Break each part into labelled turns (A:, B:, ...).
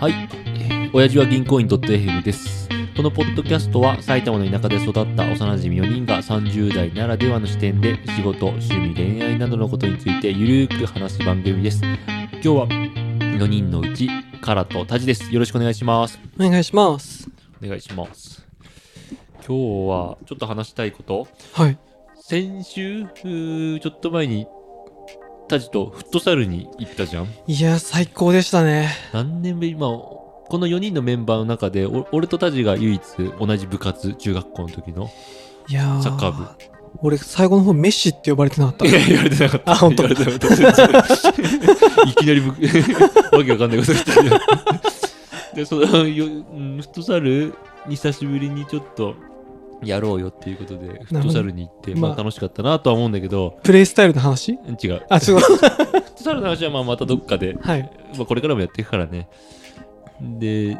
A: はい、えー親父は銀行員 .fm です。このポッドキャストは埼玉の田舎で育った幼馴染4人が30代ならではの視点で仕事、趣味、恋愛などのことについてゆるーく話す番組です。今日は4人のうち、カラとタジです。よろしくお願いします。
B: お願いします。
A: お願いします。今日はちょっと話したいこと
B: はい。
A: 先週、うーちょっと前にタジとフットサルに行ったじゃん
B: いや、最高でしたね。
A: 何年目今この4人のメンバーの中でお俺とタジが唯一同じ部活中学校の時の
B: いやー
A: サッカー部
B: 俺、最後の方、メッシって呼ばれてなかった
A: い。や言われてなかった
B: あ本当
A: 言われてなかったいきなり部わけわかんないこと言ってるでそのようんフットサルに久しぶりにちょっとやろうよっていうことでフットサルに行って、まあ、
B: まあ
A: 楽しかったなとは思うんだけど、
B: プレイスタイルの話
A: 違う
B: あ、違う。
A: フットサルの話はまあまたどっかで
B: はい。
A: まあ、これからもやっていくからね。で、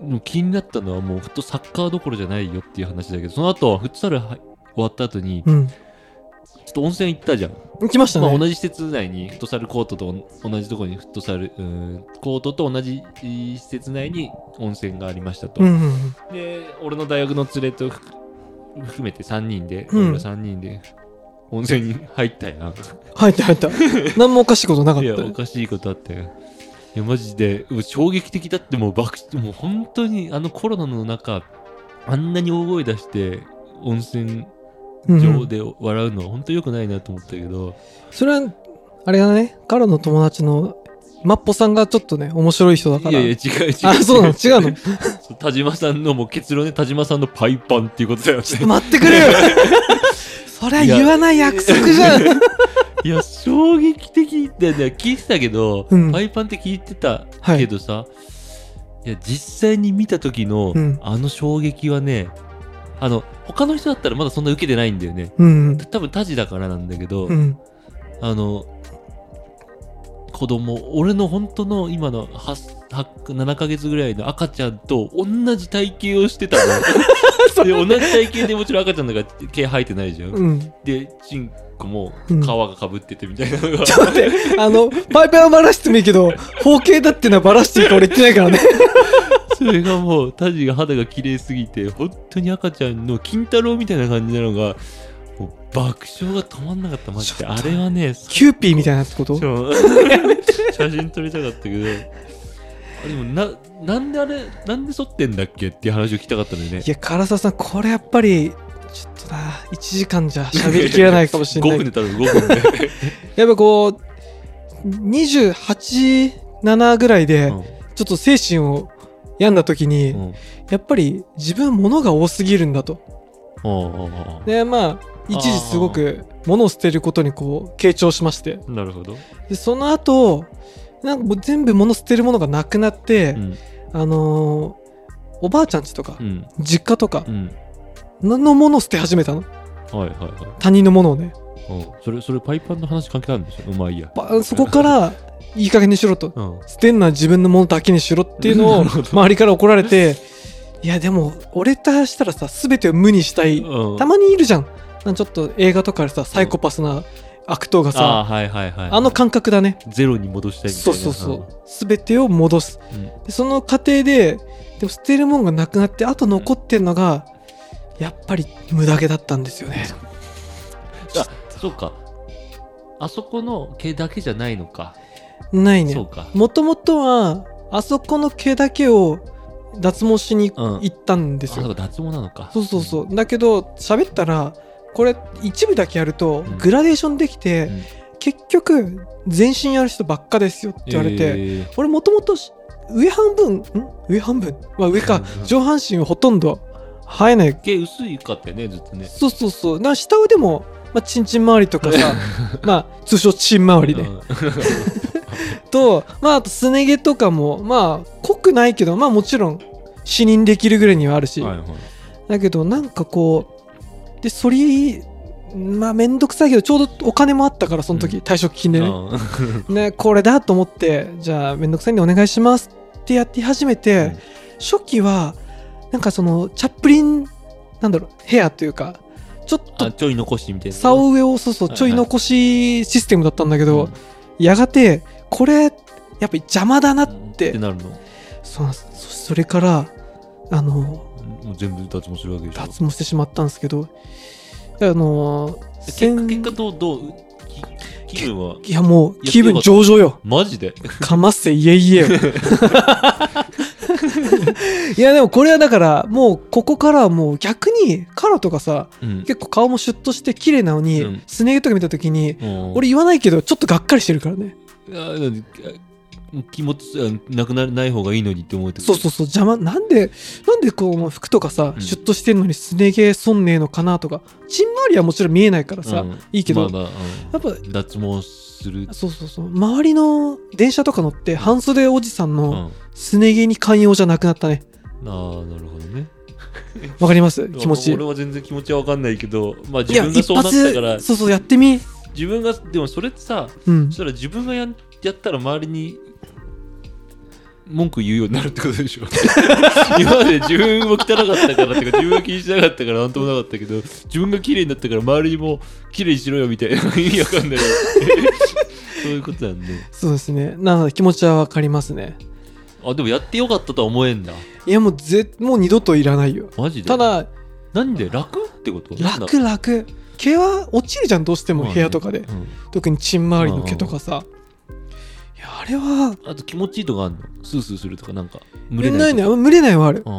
A: もう気になったのはもうフットサッカーどころじゃないよっていう話だけど、その後、フットサルは終わった後に、ちょ
B: うん。
A: っと温泉行ったじゃん。
B: 行きました
A: まあ、
B: ね。
A: 同じ施設内に、フットサルコートと同じとこにフットサル、うーんコートと同じ施設内に温泉がありましたと。
B: うんうんうん。
A: で、俺の大学の連れとふ含めて3人で、
B: うん
A: 俺ら3人で温泉に入ったやん。
B: 入った 入った。何もおかしいことなかっ
A: い
B: た
A: や、
B: よ。
A: おかしいことあったよ。いや、マジで、もう衝撃的だって、もう爆、もう本当に、あのコロナの中、あんなに大声出して、温泉
B: うんう
A: 場
B: ん
A: で笑うのは本当良くないなと思ったけど、
B: それは、あれだね。彼の友達の、マッポさんがちょっとね、面白い人だから。
A: いやいや、違う違う。
B: あ、そうなの違う の
A: そう田島さんの、もう結論ね、田島さんのパイパンっていうことだよね。
B: 待ってく れよそりゃ言わない約束じゃん
A: いや、衝撃的だよね。聞いてたけど、
B: うん
A: パイパンって聞いてたけどさ、い、や、実際に見た時の、
B: うん
A: あの衝撃はね、あの、他の人だったらまだそんな受けてないんだよね。
B: うん
A: 多分タジだからなんだけど、
B: うん。うん。
A: あの、子供、俺の本当の今の8 8 7ヶ月ぐらいの赤ちゃんと同じ体型をしてた の。で同じ体型でもちろん赤ちゃんだから毛生えてないじゃん。
B: うん。
A: で、チンコも皮
B: うん
A: がかぶっててみたいなの が。
B: ちょっと待って、あの、パイパンはばらしてもいいけど、包茎だってのはばらしていいか俺言ってないからね。
A: それがもう、タジが肌が綺麗すぎて、本当に赤ちゃんの金太郎みたいな感じなのが、もう爆笑が止まんなかった、マジ
B: ち
A: で。
B: ょっ
A: あ
B: と
A: れはね、
B: キューピーみたいなってこと
A: そう 写真撮りたかったけど、あでもな、なんであれ、なんで剃ってんだっけっていう話を聞きたかったんだよね
B: い。や、唐沢さん、これやっぱり、ちょっとな、1時間じゃ喋りきらないかもし
A: 5
B: れ ない。
A: 分で多分5分で。
B: やっぱこう、28、7ぐらいで、ちょっと精神を病んだ時に、
A: うんうん
B: やっぱり自分物が多すぎるんだと。
A: うんうんうん
B: で、まあ、一時すごく物を捨てることにこう、傾聴しまして。
A: なるほど。
B: で、その後、なんかもう全部物捨てるものがなくなって、
A: うん。
B: あのーおばあちゃんちとか、
A: うん。
B: 実家とか
A: う、ん。
B: 何のものを捨て始めたの
A: はいはいは
B: 他人のものをね。
A: い。うんそれ、それパイパンの話関係あるんでしょまあいいや。
B: ばそこから、いい加減にしろと。
A: うん。
B: 捨てんのは自分のものだけにしろっていうのを、
A: なるほど
B: 周りから怒られて、いや、でも、俺としたらさ、すべてを無にしたい。
A: うん
B: たまにいるじゃん。なんかちょっと映画とかでさ、サイコパスな悪党
A: あ
B: が
A: あ
B: さ、
A: ー、はいはいはい。
B: あの感覚だね。
A: ゼロに戻したいみたい
B: そ
A: な。
B: うそうそう。すべてを戻す。
A: うん。うん
B: でその過程ででも捨てるもんがなくなってあと残ってるのが、やっぱり無駄毛だったんですよね
A: あ、そうか。あそこの毛だけじゃないのか。
B: ない
A: そ
B: ね
A: うか。
B: もともとはあそこの毛だけを脱毛しに
A: うん
B: 行ったんで
A: あ、
B: す
A: そ
B: よ、
A: うか、脱毛なのか。
B: そうそうそうだけど喋ったらこれ一部だけやると
A: うん
B: グラデーションできて、
A: うん
B: 結局全身やる人ばっかですよって言われて、
A: えー
B: 俺もともと上半分ん上半分は上か
A: うんうん
B: 上半身はほとんど生えない
A: 毛薄いかってね、ずっとね。
B: そうそうそう。な下腕も、まあ、チンチン周りとか さ、まあ、通称チン周り
A: う
B: ね。
A: ん
B: と、まあ、あとすね毛とかも、まあ、濃くないけど、まあ、もちろん、視認できるぐらいにはあるし、
A: はいはい
B: だけど、なんかこう、で、そり、まあ、めんどくさいけど、ちょうどお金もあったから、その時、
A: うん
B: 退職金でね。
A: うん
B: ね、これだと思って、じゃあ、めんどくさいんでお願いしますってやって始めて、初期は、なんかその、チャップリン、なんだろう、ヘアというか、ちょっと
A: あ、ちょい残しみたいな。
B: 竿上をそうそう
A: はいはい
B: ちょい残しシステムだったんだけど、
A: うん
B: やがてこれやっぱり邪魔だなっ
A: ってなるの。
B: そうなんですそそれからあの
A: もう全部脱毛するわけでしょ
B: 脱毛してしまったんですけどあの
A: 結果
B: 先
A: 結果どうどうき気分はい
B: やもう
A: いや
B: 気分上々 よ
A: マジで
B: かませいえい えよいやでもこれはだからもうここからはもう逆にカラとかさ
A: うん
B: 結構顔もシュッとして綺麗なのに、
A: うん
B: スネ毛とか見た時に
A: うん
B: 俺言わないけどちょっとがっかりしてるからね
A: あなんであ気持ちあなくならない方がいいのにって思うって
B: そうそうそう邪魔なんでなんでこう服とかさ、
A: うん
B: シュッとしてんのにすね毛損ねえのかなとかちんまりはもちろん見えないからさ、
A: うん
B: いいけ
A: ま
B: ど、
A: あまあ
B: やっぱ
A: うん脱毛する
B: そうそうそう周りの電車とか乗って半袖おじさん
A: うん
B: の
A: あ
B: すね毛に寛容じゃなくなったね
A: あなるほどね
B: わかります気持ち
A: 俺は全然気持ちは分かんないけどまあ
B: い
A: 自
B: や
A: 分が
B: 一
A: そうなったから
B: 発そうそうやってみ
A: 自分がでもそれってさ
B: うん
A: そしたら自分がやんやったら周りに文句言うようになるってことでし ょ今まで自分も汚かったからっていうか自分が気にしなかったからなんともなかったけど自分が綺麗になったから周りにも綺麗にしろよみたいな意味わか んないそういうことなんで
B: そうですねなので気持ちはわかりますね
A: あでもやってよかったとは思えんだ
B: いやもうぜもう二度といらないよ
A: マジで
B: ただ
A: なんで楽ってこと
B: 楽楽毛は落ちるじゃんどうしても部屋とかで、
A: うん
B: 特にチン周りの毛とかさ、いやあれは
A: あと気持ちいいとかあるのスースーするとかなんか
B: 蒸
A: 蒸
B: れ
A: れ
B: な
A: ないい
B: ね
A: とか
B: 蒸れないはある
A: あ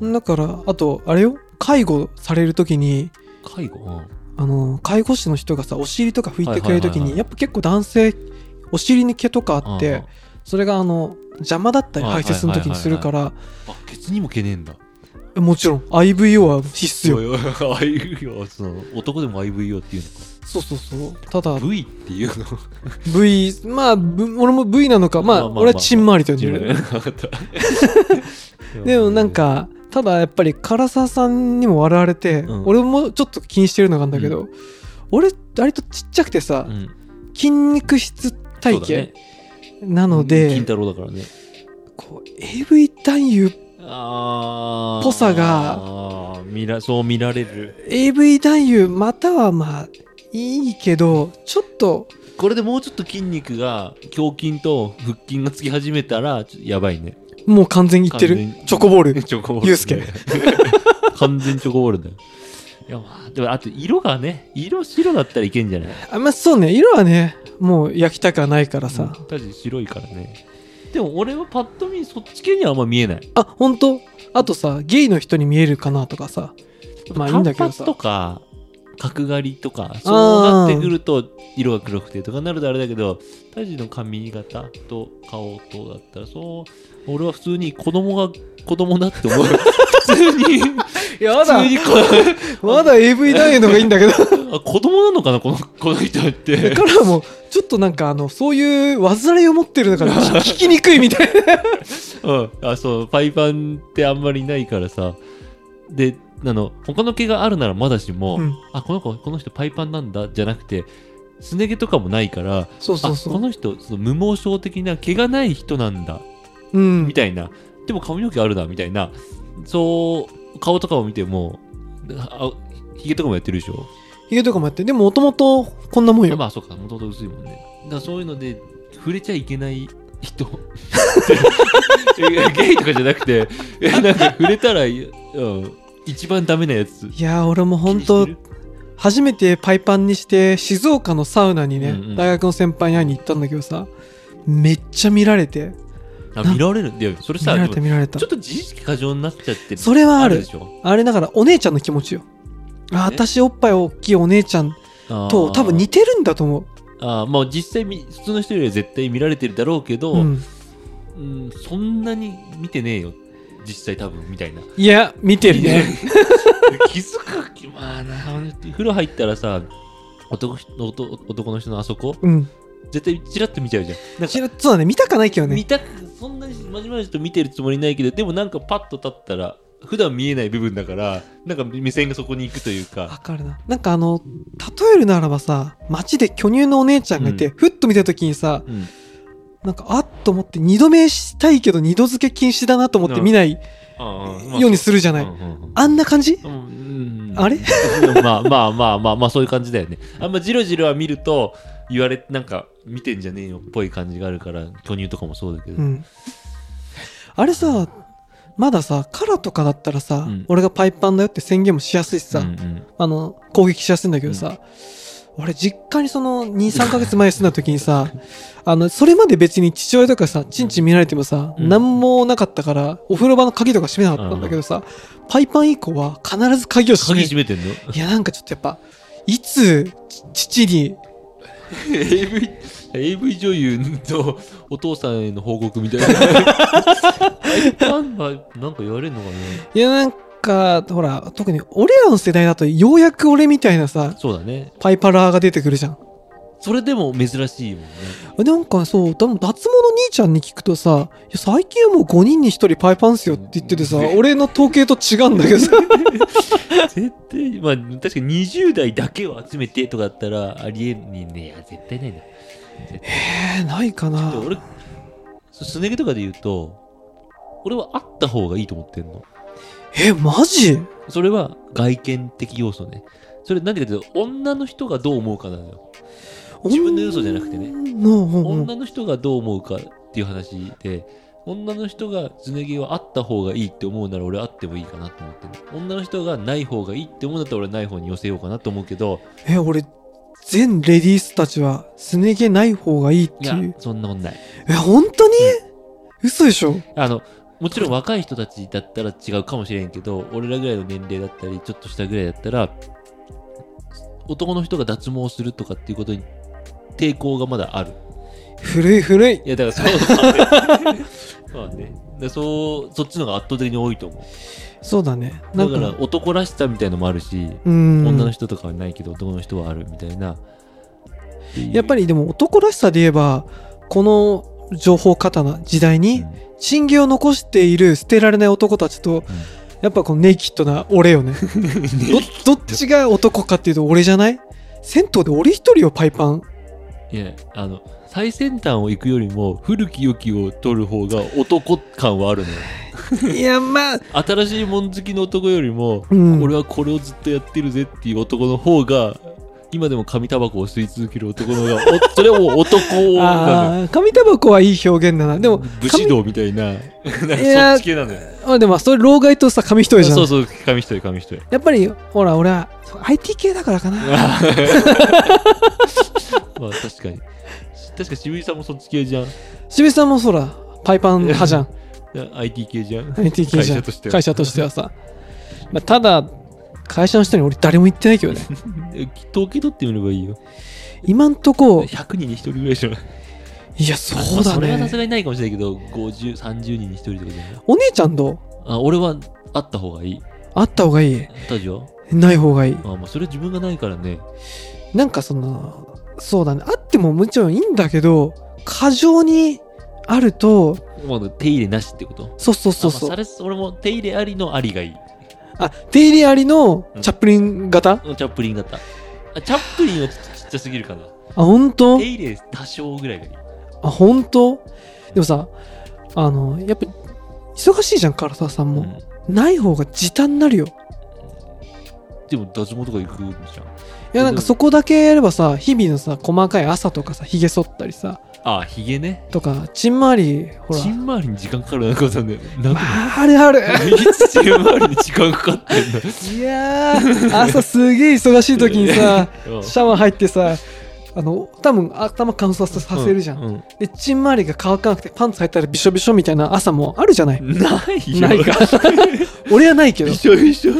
A: ー
B: だからあとあれよ介護される時に
A: 介護うん
B: あの介護士の人がさお尻とか拭いてくれ
A: はいは
B: る時
A: いはいは
B: に
A: い
B: やっぱ結構男性お尻に毛とかあっ
A: あ
B: てそれがあの邪魔だったり
A: はいは
B: 排
A: いはいはい
B: 泄の時にするから
A: ーあケツにもけねえんだ
B: もちろん IVO は必
A: い
B: 要
A: やいや IVO その男でも IVO っていう
B: そうそうそうただ
A: のか V っていうの
B: V まあ V- 俺も V なのかま
A: まあ
B: あ
A: まあまあ
B: 俺はチン周りと呼んで
A: 自
B: る
A: 分で分かった
B: でもなんかただやっぱり唐沢さんにも笑われて、
A: うん
B: 俺もちょっと気にしてるのがあるんだけど、俺割とちっちゃくてさ、
A: うん
B: 筋肉質体
A: そうだね
B: 型なの
A: 金
B: で、
A: 太郎だからね
B: こう AV 男優
A: あ
B: ぽさが
A: が見らそう見られる
B: AV 男優またはまあいいけどちょっと
A: これでもうちょっと筋肉が胸筋と腹筋がつき始めたらちょっとやばいね
B: もう完全にいってる
A: 完全に
B: チョコボー ル
A: チョコボール、
B: ユースケ
A: 完全チョコボールだよいやまあでもあと色がね色白だったらいけんじゃない
B: あまあそうね色はねもう焼きたくはないからさ、
A: うん確かに白いからねでも俺はパッと見そっち系にはあんま見えない
B: あ本当あとさゲイの人に見えるかなとかさまあいいんだけど
A: 単発
B: さ
A: とか角刈りとかそうなってくると色が黒くてとかなるとあれだけどタジの髪型と顔とだったらそう俺は普通に子供が子供だって思 う普通に
B: や
A: 普通にこ
B: まだ AV 男優の方がいいんだけど
A: あ子供なのかなこのこの人っ
B: だ
A: て
B: からもうちょっとなんかあのそういう煩いを持ってる のが聞きにくいみたいな
A: うん、あそうパイパンってあんまりないからさであの他の毛があるならまだしも、
B: うん
A: あこの子この人パイパンなんだじゃなくてすね毛とかもないから
B: そうそう
A: あこ
B: そ
A: の人その無毛症的な毛がない人なんだ
B: ううん
A: みたいなでも髪の毛あるなみたいなそう顔とかを見てもあひげとかもやってるでしょ
B: ヒゲとかもやってでももともとこんなもんよ、
A: まあそうかもともと薄いもんねだからそういうので触れちゃいけない 人ゲイとかじゃなくてえなんか触れたら、うん、一番ダメなやつ
B: いやー俺も本
A: 気
B: 当
A: にして
B: 初めてパイパンにして静岡のサウナにね、
A: うんうん
B: 大学の先輩に会いに行ったんだけどさめっちゃ見られて
A: るあ見られるでそれ
B: 見
A: さ
B: られ
A: で
B: た
A: も
B: 見られた
A: ちょっと自意識過剰になっちゃってる
B: それはある
A: でしょ
B: あれだからお姉ちゃんの気持ちよあ
A: え
B: 私おっぱい大きいお姉ちゃん
A: あー
B: と多分似てるんだと思
A: あーまあ実際み普通の人よりは絶対見られてるだろうけ
B: う、
A: ど、
B: うん、
A: うんそんなに見てねえよ実際多分みたいない
B: や見て るね
A: 気づく気まあな風呂入ったらさ男ひ男男の人のあそこ
B: うん
A: 絶対チラッと見ちゃうじゃんなんか
B: ちらそうだね見たかないけどね
A: 見たくそんなにまじまじと見てるつもりないけどでもなんかパッと立ったら普段見えない部分だからなんか目線がそこに行くという
B: わ
A: か
B: かるななんかあの例えるならばさ街で巨乳のお姉ちゃんがいて、
A: う
B: ふっと見た時にさ
A: うん
B: なんかあっと思って二度目したいけど二度付け禁止だなと思って見ないよ
A: ああまあ
B: うにするじゃない、
A: うんうんうん
B: あんな感じ
A: うん
B: あれ
A: まあまあまあまあまあそういう感じだよねあんまジロジロは見ると言われなんか見てんじゃねえよっぽい感じがあるから巨乳とかもそうだけど、
B: うんあれさまださカラーとかだったらさ、
A: うん
B: 俺がパイパンだよって宣言もしやすいしさ、
A: うんうん
B: あの攻撃しやすいんだけどさ、俺実家にその23ヶ月前住んだ時 にさあのそれまで別に父親とかさちんちん見られてもさ、
A: うん
B: 何もなかったからお風呂場の鍵とか閉めなかったんだけどさ、パイパン以降は必ず鍵を閉
A: 鍵
B: め
A: 閉めてんの
B: いやなんかちょっとやっぱいつ父に
A: AV, ?AV 女優のお父さんへの報告みたいな。一般はなんか言われるのかない
B: やなんかほら特に俺らの世代だとようやく俺みたいなさ
A: そうだね。
B: パイパラーが出てくるじゃん
A: それでも珍しいもんね。
B: なんかそう、でも脱毛の兄ちゃんに聞くとさ、いや最近はもう5人に1人パイパンっすよって言っててさ、
A: うん
B: 俺の統計と違うんだけどさ、
A: 絶対、まあ確かに20代だけを集めてとかだったらありえにね、いや絶対ないな。
B: えー、ないかな
A: で。俺、そすね毛とかで言うと、俺はあった方がいいと思ってんの。
B: え、マジ
A: それは外見的要素ね。それなんでかというと、女の人がどう思うかなのよ。自分の要素じゃなくてね
B: 女のうん
A: 女の人がどう思うかっていう話で、女の人がすね毛はあった方がいいって思うなら俺はあってもいいかなと思ってる。女の人がない方がいいって思うんだったら俺はない方に寄せようかなと思うけど、
B: え、俺、全レディースたちは、すね毛ない方がいいっ
A: い
B: て
A: や
B: いう。、
A: そんなもんない。
B: え、本当に、嘘でしょ
A: あの、もちろん若い人たちだったら違うかもしれんけど、俺らぐらいの年齢だったり、ちょっとしたぐらいだったら、男の人が脱毛するとかっていうことに抵抗がまだある。
B: 古い古い。
A: いや、だから そうだね。まあね。でそう、そっちの方が圧倒的に多いと思う。
B: そうだね。な
A: だ
B: ん
A: か
B: か、
A: ら男らしさみたいのもあるし、
B: うん。
A: 女の人とかはないけど男の人はあるみたいな。
B: やっぱ
A: り、
B: りでも男らしさで言えば、この情報過多な時代に、
A: うん
B: 賃金を残している捨てられない男たちと、やっぱこのネイキッドな俺よね どどっちが男かっていうと俺じゃない銭湯で俺一人をパイ パン
A: いや、あの、最先端を行くよりも古き良きを取る方が男感はあるのよ。
B: いやまあ
A: 新しいもん好きの男よりも、
B: うん
A: 俺はこれをずっとやってるぜっていう男の方が今でも紙タバコを吸い続ける男の方がお それはもう男なのよ
B: あー紙タバコはいい表現だなでも
A: 武士道みたいな なんか
B: や
A: そっち系なのよ
B: 紙あでもそれ老害とさ紙一重じゃん
A: そうそう紙一重紙一重
B: やっぱりほら俺は IT 系だからかな
A: まあ確かに確か渋井さんもそっち系じゃんい
B: 渋井さんもそらパイパン派じゃん
A: や IT 系じゃん
B: IT 系じゃん
A: 会社としては
B: 会社としてはさ、まあ、ただ会社の人に俺誰も言ってないけ どね
A: え統計取ってみればいいよ
B: 今んとこ
A: 100人に1人ぐらいじゃない
B: いやそう
A: まあ
B: だ
A: それはさす
B: ね
A: がにないかもしれないけど5030人に1人とかじゃない
B: お姉ちゃんと
A: あ俺はあった方がいい
B: あった方がいい
A: タジは
B: ない方がいい
A: あまあそれ自分がないからね
B: なんかそのそうだねあってももちろんいいんだけど過剰にあると
A: まあ手入れなしってこと
B: そうそうそうそ
A: あま
B: う
A: あそれ俺も手入れありのありがいい
B: あ手入れありのチャップリン型、あ
A: チャップリン型あチャップリンはちちっちゃすぎるかな
B: 本当
A: 手入れ多少ぐらいがいい
B: あ本当でもさあのやっぱ忙しいじゃん唐沢さんも、ない方が時短になるよ
A: うんでも脱毛とか行くんじゃん
B: いやなんかそこだけやればさ日々のさ細かい朝とかさひげ剃ったりさ
A: ああヒゲね
B: とかちんまりほら
A: チン周りに時間かかるなんかさねなんか
B: ああるある
A: いつチン周りに時間かかってんだ
B: いやー朝すげえ忙しい時にさ
A: うん
B: シャワー入ってさ、あの、多分頭乾燥させるじゃん。
A: うう
B: で、チン周りが乾かなくて、パンツ履いたらびしょびしょみたいな朝もあるじゃない。
A: ないよ
B: ないか 俺はないけど
A: 一。緒一緒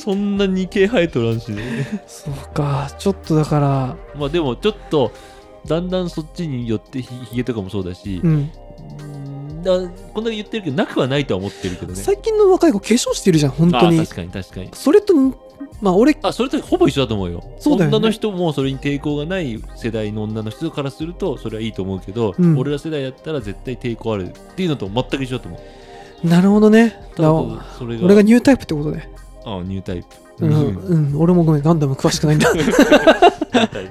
A: そんなに毛生えとらんしね
B: そうか、ちょっとだから、
A: まあでもちょっとだんだんそっちによってひひげとかもそうだし、
B: うん。
A: うんだこんだけ言ってるけどなくはないとは思ってるけどね
B: 最近の若い子化粧してるじゃん、本当
A: あ
B: に
A: ー。確かに確かに
B: それと、まあ俺、
A: あそれとほぼ一緒だと思うよ
B: そうだよね
A: 女の人もそれに抵抗がない世代の女の人からするとそれはいいと思うけど、
B: うん
A: 俺ら世代だったら絶対抵抗あるっていうのと全く一緒だと思う
B: なるほどね。
A: ただ
B: な
A: こうそれが
B: 俺がニュータイプってことね。
A: あ ニュータイプ
B: うん、うん、俺もごめん、ガンダム詳しくない んだ。
A: ニュータイ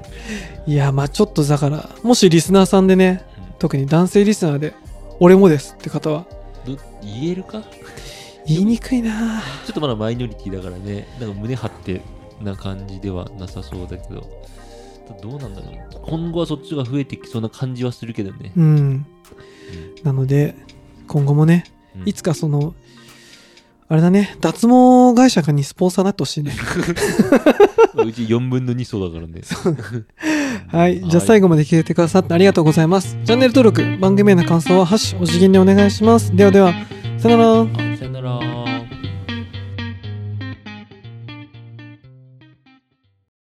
A: プ
B: いや、まあちょっとだから、もしリスナーさんでね、特に男性リスナーで、俺もですって方は、
A: うんど言えるかち
B: 言いにくいなぁ
A: ょっとまだマイノリティだからねなんか胸張ってな感じではなさそうだけどどうなんだろう今後はそっちが増えてきそうな感じはするけどね、
B: うん。なので、今後もね、
A: うん
B: いつかその、あれだね、脱毛会社かにスポンサーになってほしいね。
A: うち4分の2層だからね。
B: はい。じゃあ最
A: 後。
B: 後まで聞いてくださってありがとうございます。チャンネル登録、番組への感想は、ハッシュお辞儀にお願いします。ではでは、さよなら。
A: はい